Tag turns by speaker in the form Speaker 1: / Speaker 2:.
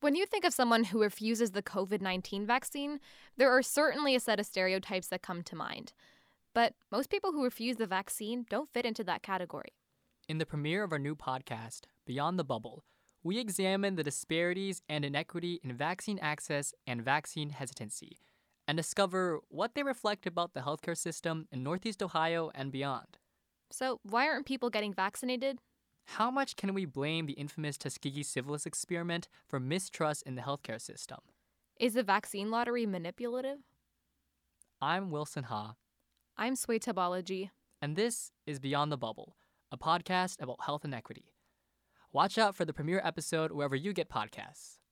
Speaker 1: When you think of someone who refuses the COVID 19 vaccine, there are certainly a set of stereotypes that come to mind. But most people who refuse the vaccine don't fit into that category.
Speaker 2: In the premiere of our new podcast, Beyond the Bubble, we examine the disparities and inequity in vaccine access and vaccine hesitancy and discover what they reflect about the healthcare system in Northeast Ohio and beyond.
Speaker 1: So, why aren't people getting vaccinated?
Speaker 2: How much can we blame the infamous Tuskegee syphilis experiment for mistrust in the healthcare system?
Speaker 1: Is the vaccine lottery manipulative?
Speaker 2: I'm Wilson Ha,
Speaker 1: I'm Swaytabology.
Speaker 2: and this is Beyond the Bubble, a podcast about health inequity. Watch out for the premiere episode wherever you get podcasts.